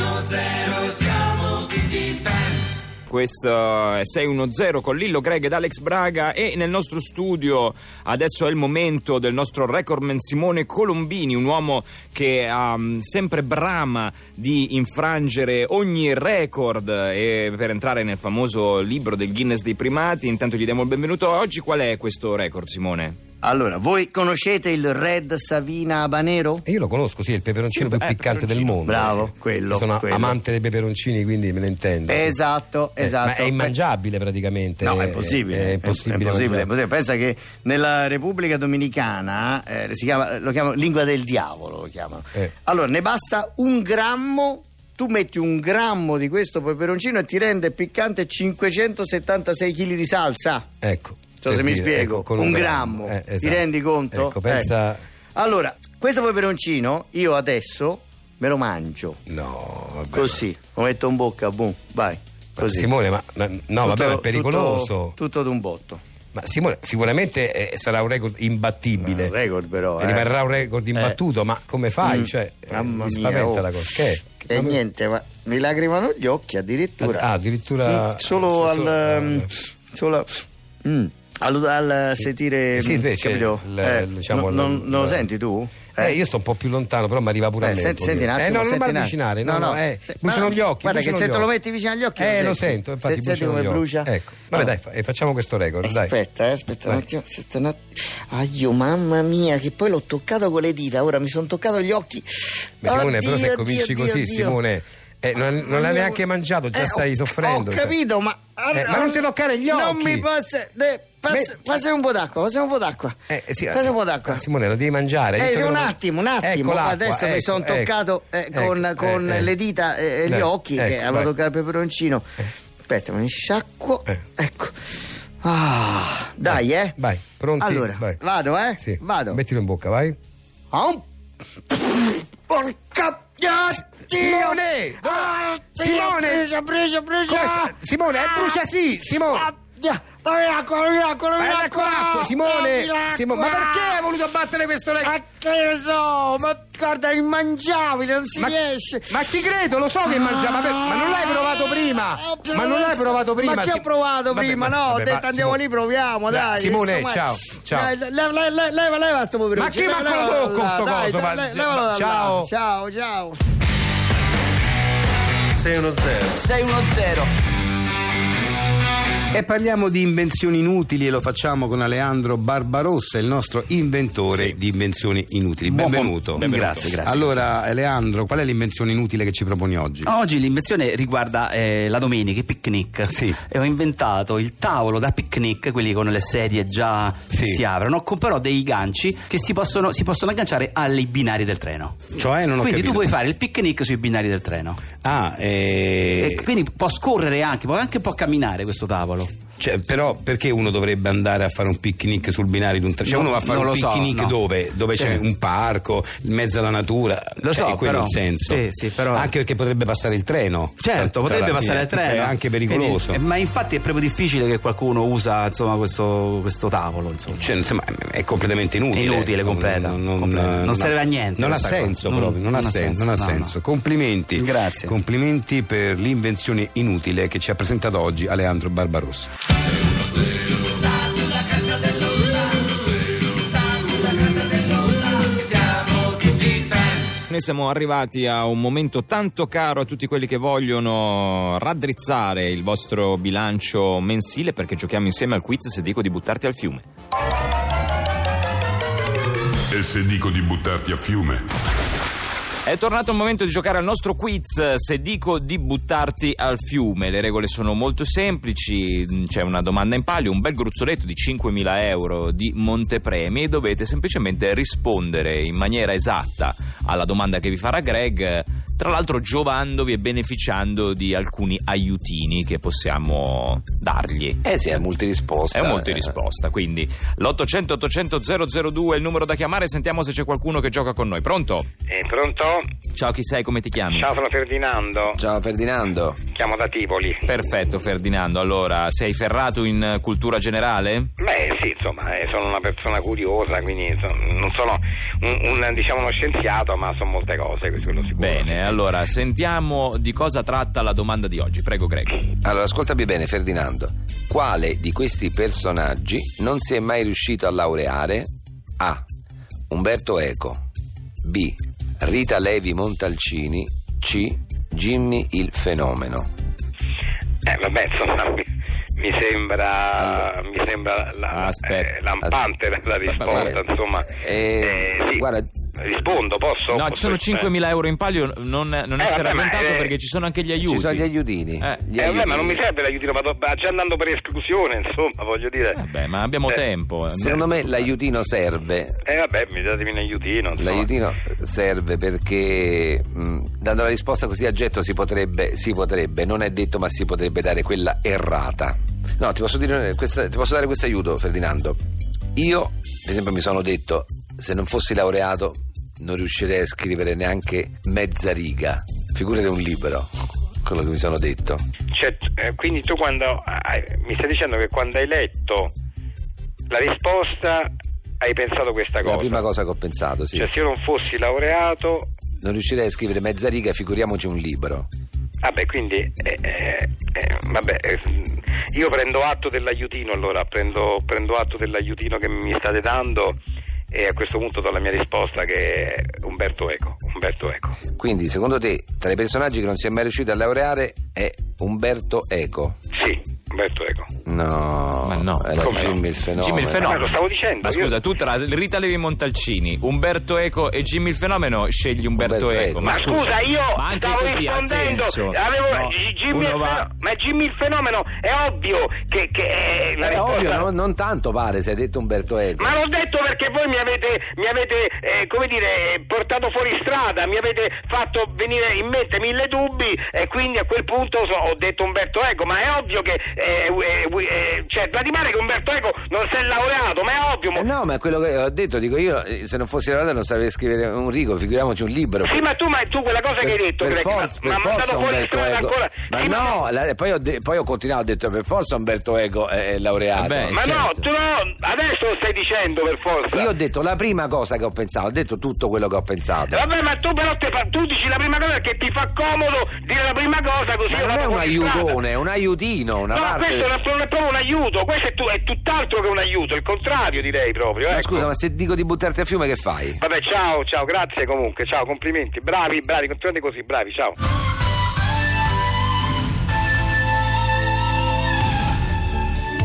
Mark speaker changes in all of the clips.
Speaker 1: 1-0, siamo tutti fan.
Speaker 2: Questo è 610 con Lillo Greg ed Alex Braga e nel nostro studio adesso è il momento del nostro recordman Simone Colombini, un uomo che um, sempre brama di infrangere ogni record e per entrare nel famoso libro del Guinness dei primati. Intanto gli diamo il benvenuto. Oggi qual è questo record Simone?
Speaker 3: Allora, voi conoscete il Red Savina Habanero?
Speaker 4: E Io lo conosco, sì, è il peperoncino
Speaker 2: Sì,
Speaker 4: più
Speaker 2: eh,
Speaker 4: piccante del
Speaker 2: peperoncino.
Speaker 4: mondo.
Speaker 3: Bravo,
Speaker 4: Sì, sì.
Speaker 3: quello,
Speaker 4: Io Sono
Speaker 3: quello.
Speaker 4: amante dei peperoncini, quindi me ne intendo. sì.
Speaker 3: Esatto,
Speaker 4: Eh,
Speaker 3: esatto.
Speaker 4: Ma è immangiabile praticamente.
Speaker 3: No, è possibile.
Speaker 4: È impossibile.
Speaker 3: È impossibile,
Speaker 4: mangiare.
Speaker 3: è possibile. Pensa che nella Repubblica Dominicana eh, si chiama, lo chiamano lingua del diavolo. Lo chiamano.
Speaker 4: Eh.
Speaker 3: Allora, ne basta un grammo. Tu metti un grammo di questo peperoncino e ti rende piccante 576 kg di salsa.
Speaker 4: Ecco.
Speaker 3: Non so se
Speaker 4: per
Speaker 3: mi
Speaker 4: dire,
Speaker 3: spiego,
Speaker 4: ecco, con
Speaker 3: un, grammo,
Speaker 4: Eh,
Speaker 3: ti
Speaker 4: esatto.
Speaker 3: rendi conto?
Speaker 4: Ecco, pensa...
Speaker 3: Ecco. Allora, questo peperoncino io adesso me lo mangio.
Speaker 4: No, vabbè.
Speaker 3: Così, lo metto in bocca, boom, vai.
Speaker 4: Ma
Speaker 3: Così.
Speaker 4: Simone, ma, ma- no, vabbè, ma è
Speaker 3: Tutto-
Speaker 4: pericoloso.
Speaker 3: Tutto, tutto d'un botto.
Speaker 4: Ma Simone, sicuramente eh, sarà un record imbattibile.
Speaker 3: Un record però, eh.
Speaker 4: Rimarrà un record imbattuto, ma come fai?
Speaker 3: Mm.
Speaker 4: Cioè, eh,
Speaker 3: Mamma
Speaker 4: mi
Speaker 3: mia,
Speaker 4: spaventa
Speaker 3: oh.
Speaker 4: la cosa. Che è?
Speaker 3: E
Speaker 4: Come-
Speaker 3: niente, ma mi lacrimano gli occhi addirittura.
Speaker 4: Ah, addirittura-
Speaker 3: Mm, solo
Speaker 4: so-
Speaker 3: al.
Speaker 4: solo-
Speaker 3: mm, solo mm, al, al sentire.
Speaker 4: Sì,
Speaker 3: mm,
Speaker 4: invece
Speaker 3: capito?
Speaker 4: il-
Speaker 3: Eh,
Speaker 4: il- diciamo,
Speaker 3: no- non,
Speaker 4: il-
Speaker 3: non lo senti tu?
Speaker 4: Eh, io sto un po' più lontano, però mi arriva pure a
Speaker 3: Eh,
Speaker 4: me.
Speaker 3: senti,
Speaker 4: un pochino.
Speaker 3: senti un attimo,
Speaker 4: eh, no, non
Speaker 3: senti
Speaker 4: mi
Speaker 3: un attimo.
Speaker 4: avvicinare. No,
Speaker 3: No,
Speaker 4: no,
Speaker 3: no,
Speaker 4: eh,
Speaker 3: se-
Speaker 4: bruciano
Speaker 3: ma-
Speaker 4: gli occhi.
Speaker 3: guarda che
Speaker 4: bruciano
Speaker 3: se
Speaker 4: gli
Speaker 3: te lo
Speaker 4: occhi.
Speaker 3: metti vicino agli occhi, lo
Speaker 4: Eh, lo
Speaker 3: senti.
Speaker 4: sento, infatti.
Speaker 3: Se- senti
Speaker 4: bruciano
Speaker 3: come
Speaker 4: gli occhi.
Speaker 3: brucia?
Speaker 4: Ecco, vabbè,
Speaker 3: No.
Speaker 4: dai, fa- eh, facciamo questo record. Dai.
Speaker 3: Aspetta, eh, aspetta un
Speaker 4: Vai.
Speaker 3: attimo, aspetta un attimo. Aio, mamma mia, che poi l'ho toccato con le dita, ora mi sono toccato gli occhi.
Speaker 4: Ma Simone,
Speaker 3: Oddio,
Speaker 4: però se
Speaker 3: oddio,
Speaker 4: cominci
Speaker 3: oddio,
Speaker 4: così,
Speaker 3: oddio.
Speaker 4: Simone, eh, non, non l'hai
Speaker 3: Oddio.
Speaker 4: neanche mangiato, già
Speaker 3: Eh,
Speaker 4: stai
Speaker 3: ho-
Speaker 4: soffrendo.
Speaker 3: Ho
Speaker 4: cioè.
Speaker 3: capito, ma.
Speaker 4: Eh, ma non ti toccare gli
Speaker 3: Non
Speaker 4: occhi.
Speaker 3: mi passa. de- passa-
Speaker 4: Me-
Speaker 3: passa un po' d'acqua, passa un po' d'acqua.
Speaker 4: Eh, sì,
Speaker 3: passa un po' d'acqua.
Speaker 4: Simone, lo devi mangiare.
Speaker 3: Eh,
Speaker 4: Hai
Speaker 3: sì,
Speaker 4: detto
Speaker 3: un
Speaker 4: che lo-
Speaker 3: attimo, un attimo.
Speaker 4: Ecco l'acqua,
Speaker 3: Adesso mi
Speaker 4: ecco,
Speaker 3: sono
Speaker 4: ecco,
Speaker 3: toccato eh,
Speaker 4: ecco,
Speaker 3: con,
Speaker 4: eh,
Speaker 3: con
Speaker 4: eh.
Speaker 3: le dita e e gli
Speaker 4: Eh,
Speaker 3: occhi che
Speaker 4: ecco,
Speaker 3: avevo
Speaker 4: vai.
Speaker 3: toccato il peperoncino. Aspetta, mi sciacquo.
Speaker 4: Eh.
Speaker 3: Ecco. Ah, dai, eh.
Speaker 4: Vai, pronti?
Speaker 3: Allora,
Speaker 4: Vai.
Speaker 3: vado, eh.
Speaker 4: Sì.
Speaker 3: Vado.
Speaker 4: Mettilo in bocca, vai.
Speaker 3: Ah, un- Porca.
Speaker 4: Simone!
Speaker 3: Ah,
Speaker 4: Simone!
Speaker 3: Brucia, brucia, brucia!
Speaker 4: Come sta? Simone, eh, brucia sì, Simone.
Speaker 3: Ah, via. Dammi l'acqua, dammi l'acqua, dammi
Speaker 4: Eh, ecco l'acqua, Simone!
Speaker 3: Dammi l'acqua.
Speaker 4: Simone, ma perché hai voluto battere questo
Speaker 3: Ma
Speaker 4: record?
Speaker 3: che ne so, ma guarda, è immangiabile, non si
Speaker 4: Ma,
Speaker 3: riesce!
Speaker 4: ma ti credo, lo so che mangiava, ma, per- ma non
Speaker 3: Ah,
Speaker 4: l'hai provato prima!
Speaker 3: Eh,
Speaker 4: Ma non l'hai provato prima!
Speaker 3: Ma che ho
Speaker 4: Sim-
Speaker 3: provato
Speaker 4: Vabbè,
Speaker 3: prima?
Speaker 4: ma-
Speaker 3: no, ho
Speaker 4: vabbè,
Speaker 3: detto
Speaker 4: ma-
Speaker 3: andiamo lì, proviamo,
Speaker 4: Dai,
Speaker 3: dai.
Speaker 4: Simone,
Speaker 3: insomma,
Speaker 4: ciao, ciao.
Speaker 3: dai, le- le- le- le- Leva, leva sto poverino.
Speaker 4: Ma che manco lo tocco sto coso, ma- ciao.
Speaker 3: Ciao, ciao.
Speaker 5: 610
Speaker 6: E parliamo di invenzioni inutili e lo facciamo con Aleandro Barbarossa, il nostro inventore di invenzioni inutili.
Speaker 7: Buon
Speaker 6: Benvenuto.
Speaker 7: pom- benvenuto. Grazie, grazie,
Speaker 6: Allora, Aleandro, qual è l'invenzione inutile che ci proponi oggi?
Speaker 4: Ah.
Speaker 7: Oggi l'invenzione riguarda eh, la domenica, i picnic.
Speaker 6: Sì.
Speaker 7: E ho inventato il tavolo da picnic, quelli con le sedie già
Speaker 6: Sì.
Speaker 7: che si aprono, con però dei ganci che si possono, si possono agganciare ai binari del treno.
Speaker 6: Cioè, non ho
Speaker 7: quindi
Speaker 6: capito.
Speaker 7: tu puoi fare il picnic sui binari del treno.
Speaker 6: Ah, eh,
Speaker 7: E quindi può scorrere anche, può anche un po' camminare questo tavolo. Certo,
Speaker 6: cioè, però perché uno dovrebbe andare a fare un picnic sul binario di un treno? Cioè,
Speaker 7: No,
Speaker 6: uno va a fare
Speaker 7: non
Speaker 6: un
Speaker 7: lo so,
Speaker 6: picnic
Speaker 7: no.
Speaker 6: dove? Dove c'è
Speaker 7: Sì.
Speaker 6: un parco, in mezzo alla natura.
Speaker 7: Lo
Speaker 6: Cioè,
Speaker 7: so,
Speaker 6: quello è
Speaker 7: però.
Speaker 6: il senso.
Speaker 7: Sì, sì, però-
Speaker 6: Anche perché potrebbe passare il treno.
Speaker 7: Certo,
Speaker 6: Tra- tra
Speaker 7: potrebbe
Speaker 6: la
Speaker 7: passare
Speaker 6: fine.
Speaker 7: il treno.
Speaker 6: È anche
Speaker 7: Quindi,
Speaker 6: pericoloso.
Speaker 7: eh, ma infatti è proprio difficile che qualcuno usa insomma, questo, questo tavolo. Insomma.
Speaker 6: Cioè, insomma, è completamente inutile.
Speaker 7: Inutile,
Speaker 6: Non-
Speaker 7: completa,
Speaker 6: Non, non-
Speaker 7: completa. Non
Speaker 6: ha-
Speaker 7: serve a niente
Speaker 6: Non ha
Speaker 7: questa cosa.
Speaker 6: senso
Speaker 7: Non-
Speaker 6: proprio, non, ha
Speaker 7: non ha
Speaker 6: senso. non ha
Speaker 7: senso, no,
Speaker 6: senso.
Speaker 7: no.
Speaker 6: Complimenti.
Speaker 7: Grazie.
Speaker 6: Complimenti per l'invenzione inutile che ci ha presentato oggi Aleandro Barbarossa.
Speaker 2: Noi siamo arrivati a un momento tanto caro a tutti quelli che vogliono raddrizzare il vostro bilancio mensile perché giochiamo insieme al quiz se dico di buttarti al fiume.
Speaker 8: E se dico di buttarti a fiume?
Speaker 2: È tornato il momento di giocare al nostro quiz. Se dico di buttarti al fiume, le regole sono molto semplici. Mm, C'è una domanda in palio, un bel gruzzoletto di 5.000 euro di Montepremi e dovete semplicemente rispondere in maniera esatta alla domanda che vi farà Greg. eh, Tra l'altro, giovandovi e beneficiando di alcuni aiutini che possiamo dargli.
Speaker 9: Eh sì, è multirisposta.
Speaker 2: È un monte risposta, quindi l'800 800 002 è il numero da chiamare, sentiamo se c'è qualcuno che gioca con noi. Pronto?
Speaker 10: Eh, pronto?
Speaker 2: Ciao, chi sei? Come ti chiami?
Speaker 10: Ciao, sono Ferdinando.
Speaker 9: Ciao Ferdinando.
Speaker 10: Chiamo da Tivoli.
Speaker 2: Perfetto, Ferdinando. Allora, sei ferrato in eh, cultura generale?
Speaker 10: Beh, sì, insomma, eh, sono una persona curiosa, quindi insomma, non sono un, un, diciamo, uno scienziato, ma so molte cose, questo è quello sicuro.
Speaker 2: Bene, allora sentiamo di cosa tratta la domanda di oggi. Prego, Greg.
Speaker 9: Allora, ascoltami bene, Ferdinando. Quale di questi personaggi non si è mai riuscito a laureare? A. Umberto Eco. B. Rita Levi Montalcini. C. Jimmy il fenomeno.
Speaker 10: Eh, vabbè, insomma, mi, mi sembra, mi sembra la,
Speaker 2: Aspetta,
Speaker 10: eh, lampante
Speaker 9: aspetta.
Speaker 10: la risposta,
Speaker 9: Vabbè,
Speaker 10: insomma.
Speaker 9: eh,
Speaker 10: Eh, sì.
Speaker 9: guarda-
Speaker 10: rispondo, posso?
Speaker 2: No, ci sono
Speaker 10: Posso-
Speaker 2: 5.000 euro in palio, non, non
Speaker 10: Eh,
Speaker 2: essere
Speaker 10: vabbè, ma,
Speaker 2: avventato
Speaker 10: eh,
Speaker 2: perché ci sono anche gli aiuti.
Speaker 9: Ci sono gli aiutini.
Speaker 2: Eh.
Speaker 10: Eh,
Speaker 9: Gli
Speaker 10: vabbè,
Speaker 9: aiutini.
Speaker 10: ma non mi serve l'aiutino, vado va già andando per esclusione, insomma, voglio dire.
Speaker 2: Vabbè, ma abbiamo
Speaker 10: Eh,
Speaker 2: tempo.
Speaker 9: Secondo me l'aiutino serve.
Speaker 10: Eh vabbè, mi datemi un aiutino. insomma.
Speaker 9: L'aiutino serve perché mh, dando la risposta così a getto si potrebbe, si potrebbe, non è detto ma si potrebbe dare quella errata. No, ti posso, dire, questa- ti posso dare questo aiuto Ferdinando. Io, ad esempio, mi sono detto, se non fossi laureato non riuscirei a scrivere neanche mezza riga, figurate un libro, quello che mi sono detto.
Speaker 10: Cioè, eh, quindi tu quando hai- mi stai dicendo che quando hai letto la risposta hai pensato questa cosa.
Speaker 9: La prima cosa che ho pensato, sì.
Speaker 10: Cioè, se io non fossi laureato,
Speaker 9: Non riuscirei a scrivere mezza riga, figuriamoci un libro.
Speaker 10: vabbè, quindi eh, eh, eh, vabbè, eh, io prendo atto dell'aiutino allora, prendo, prendo atto dell'aiutino che mi state dando e a questo punto do la mia risposta che è Umberto Eco, Umberto Eco.
Speaker 9: Quindi, secondo te, tra i personaggi che non si è mai riuscito a laureare è Umberto Eco?
Speaker 10: Sì, Umberto Eco.
Speaker 9: No,
Speaker 2: Ma no.
Speaker 9: era
Speaker 10: Come no?
Speaker 9: Jimmy il fenomeno.
Speaker 2: Jimmy il fenomeno.
Speaker 10: Ma Eh, lo stavo dicendo,
Speaker 2: Ma
Speaker 10: io-
Speaker 2: scusa, tu tra Rita Levi Montalcini, Umberto Eco e Jimmy il fenomeno scegli Umberto,
Speaker 9: Umberto
Speaker 2: Eco.
Speaker 9: Eco.
Speaker 10: Ma scusa, io
Speaker 2: ma anche
Speaker 10: stavo
Speaker 2: così ha
Speaker 10: rispondendo.
Speaker 2: senso.
Speaker 10: Avevo,
Speaker 2: No,
Speaker 10: G- Jimmy
Speaker 2: uno
Speaker 10: il
Speaker 2: va-
Speaker 10: fenomeno- ma Jimmy il fenomeno è ovvio che, che è la
Speaker 9: Era
Speaker 10: risposta.
Speaker 9: Eh, ovvio, no? non tanto pare se hai detto Umberto Eco.
Speaker 10: Ma l'ho detto perché voi mi avete, mi avete eh, come dire, portato fuori strada, mi avete fatto venire in mente mille dubbi e quindi a quel punto so- ho detto Umberto Eco, ma è ovvio che, eh, eh, eh, cioè, da di mare che Umberto Eco non si è laureato, ma è ovvio. mo-
Speaker 9: Eh no, ma è quello che ho detto, dico io, eh, se non fossi laureato non saprei scrivere un rigo, figuriamoci un libro.
Speaker 10: Sì, ma tu, ma tu quella cosa che hai detto,
Speaker 9: per
Speaker 10: Greg, ma-
Speaker 9: forza,
Speaker 10: ma
Speaker 9: per
Speaker 10: ha mandato
Speaker 9: forza
Speaker 10: fuori
Speaker 9: Umberto
Speaker 10: strada
Speaker 9: Eco.
Speaker 10: ancora.
Speaker 9: Ma
Speaker 10: Sì,
Speaker 9: no, la- eh, poi, ho de- poi ho continuato, ho detto per forza Umberto Eco è, è laureato.
Speaker 2: Vabbè,
Speaker 10: Ma no,
Speaker 2: certo.
Speaker 10: tu no, adesso lo stai dicendo per forza.
Speaker 9: Io ho detto la prima cosa che ho pensato, ho detto tutto quello che ho pensato.
Speaker 10: Vabbè, ma tu però te fa- tu dici la prima cosa perché ti fa comodo dire la prima cosa così
Speaker 9: Ma
Speaker 10: io
Speaker 9: non è
Speaker 10: vado
Speaker 9: un
Speaker 10: fuori strada.
Speaker 9: aiutone, è un aiutino, una
Speaker 10: No,
Speaker 9: parte.
Speaker 10: questo è, una- non è proprio un aiuto, questo è, tu- è tutt'altro che un aiuto, il contrario direi proprio.
Speaker 9: Ma
Speaker 10: ecco.
Speaker 9: scusa, ma se dico di buttarti a fiume che fai?
Speaker 10: Vabbè, ciao, ciao, grazie comunque, ciao, complimenti, bravi, bravi, continuate così, bravi, ciao.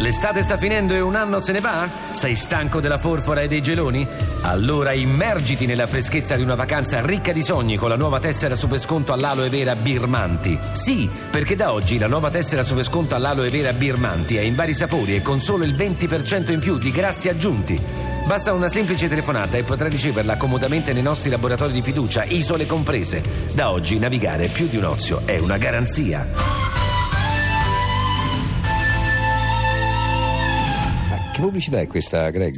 Speaker 8: L'estate sta finendo e un anno se ne va? Sei stanco della forfora e dei geloni? Allora immergiti nella freschezza di una vacanza ricca di sogni con la nuova tessera supersconto all'aloe vera Birmanti. Sì, perché da oggi la nuova tessera supersconto all'aloe vera Birmanti è in vari sapori e con solo il 20% in più di grassi aggiunti. Basta una semplice telefonata e potrai riceverla comodamente nei nostri laboratori di fiducia, isole comprese. Da oggi navigare più di un ozio è una garanzia.
Speaker 4: Ma che pubblicità è questa, Greg?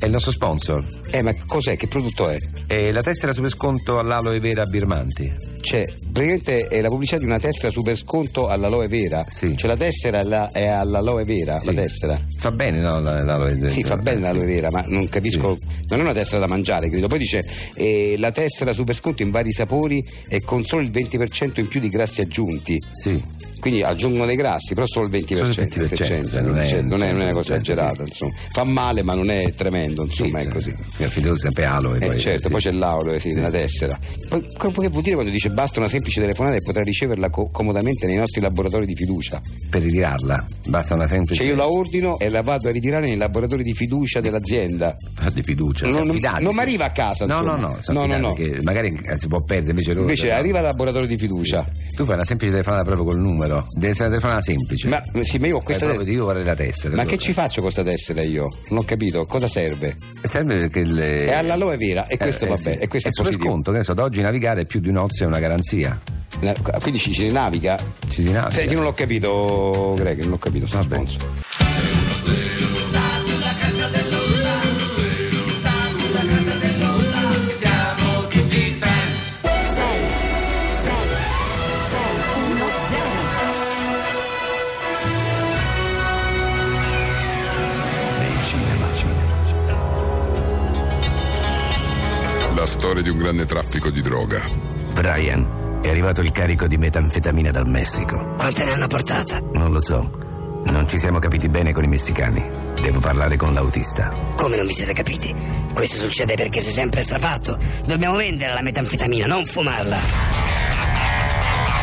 Speaker 8: È il nostro sponsor.
Speaker 4: Eh, ma cos'è? Che prodotto è?
Speaker 8: E la tessera super sconto all'aloe vera Birmanti.
Speaker 4: Cioè, praticamente è la pubblicità di una tessera super sconto all'aloe vera.
Speaker 8: Sì.
Speaker 4: Cioè, la tessera è alla- è all'aloe vera, la tessera.
Speaker 8: Fa bene, no? la- L'aloe vera.
Speaker 4: Sì, fa bene l'aloe vera, ma non capisco. Non è una tessera da mangiare, credo. Poi dice eh, la tessera super sconto in vari sapori e con solo il 20% in più di grassi aggiunti.
Speaker 8: Sì.
Speaker 4: Quindi aggiungono dei grassi, però solo il 20%.
Speaker 8: Solo il 20%,
Speaker 4: cioè, non, è, cioè, non è una cosa esagerata, insomma. Fa male, ma non è tremendo, insomma, è così.
Speaker 8: La fiducia sempre aloe.
Speaker 4: Eh,
Speaker 8: poi,
Speaker 4: certo,
Speaker 8: sì.
Speaker 4: poi c'è l'aureo, sì, nella tessera. Poi, co- che vuol dire quando dice basta una semplice telefonata e potrai riceverla co- comodamente nei nostri laboratori di fiducia?
Speaker 8: Per ritirarla basta una semplice.
Speaker 4: Cioè io la ordino e la vado a ritirare nei laboratori di fiducia dell'azienda.
Speaker 8: Ah, di fiducia.
Speaker 4: Non-
Speaker 8: si
Speaker 4: non-
Speaker 8: affidati,
Speaker 4: non
Speaker 8: sì.
Speaker 4: mi arriva a casa,
Speaker 8: No, no,
Speaker 4: insomma.
Speaker 8: no, si
Speaker 4: No, no,
Speaker 8: affidati,
Speaker 4: no.
Speaker 8: Che magari eh, si può perdere invece loro.
Speaker 4: Invece
Speaker 8: no.
Speaker 4: arriva al laboratorio di fiducia.
Speaker 8: Tu fai una semplice telefonata proprio col numero. Deve essere una telefonata semplice.
Speaker 4: Ma sì, ma io ho
Speaker 8: Fai
Speaker 4: questa
Speaker 8: Eh, proprio
Speaker 4: tessera.
Speaker 8: di io vorrei la tessera.
Speaker 4: Ma
Speaker 8: tu.
Speaker 4: che ci faccio con questa tessera io? Non ho capito, cosa serve?
Speaker 8: Serve perché le...
Speaker 4: È all'aloe vera
Speaker 8: eh,
Speaker 4: e questo va bene, e questo è
Speaker 8: super
Speaker 4: positivo.
Speaker 8: sconto, che ne so, da oggi navigare è più di un ozio è una garanzia.
Speaker 4: La- Eh, Quindi ci si naviga?
Speaker 8: Ci si naviga.
Speaker 4: Senti, non l'ho capito, Greg, non l'ho capito, sono
Speaker 8: Vabbè.
Speaker 4: sponsor.
Speaker 11: Siamo tutti fan.
Speaker 12: La storia di un grande traffico di droga.
Speaker 8: Brian,
Speaker 7: È arrivato il carico di metanfetamina dal Messico.
Speaker 9: Quante ne hanno portata?
Speaker 7: Non lo so. Non ci siamo capiti bene con i messicani. Devo parlare con l'autista.
Speaker 9: Come non vi siete capiti? Questo succede perché sei sempre strafatto. Dobbiamo vendere la metanfetamina, non fumarla.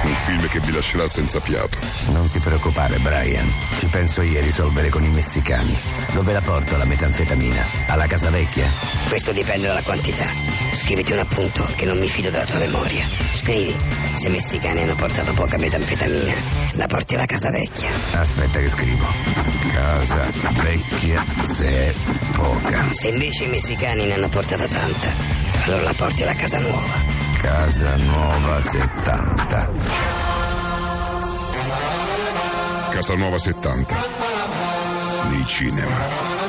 Speaker 8: Un film che vi lascerà senza fiato.
Speaker 7: Non ti preoccupare, Brian. Ci penso io a risolvere con i messicani. Dove la porto la metanfetamina? Alla casa vecchia?
Speaker 9: Questo dipende dalla quantità. Scriviti un appunto che non mi fido della tua memoria. Scrivi, se i messicani hanno portato poca metanfetamina, la porti alla casa vecchia.
Speaker 7: Aspetta che scrivo. Casa vecchia se è poca.
Speaker 9: Se invece i messicani ne hanno portata tanta, allora la porti alla casa nuova.
Speaker 7: Casa nuova 70.
Speaker 8: Casanova 70. Nei cinema.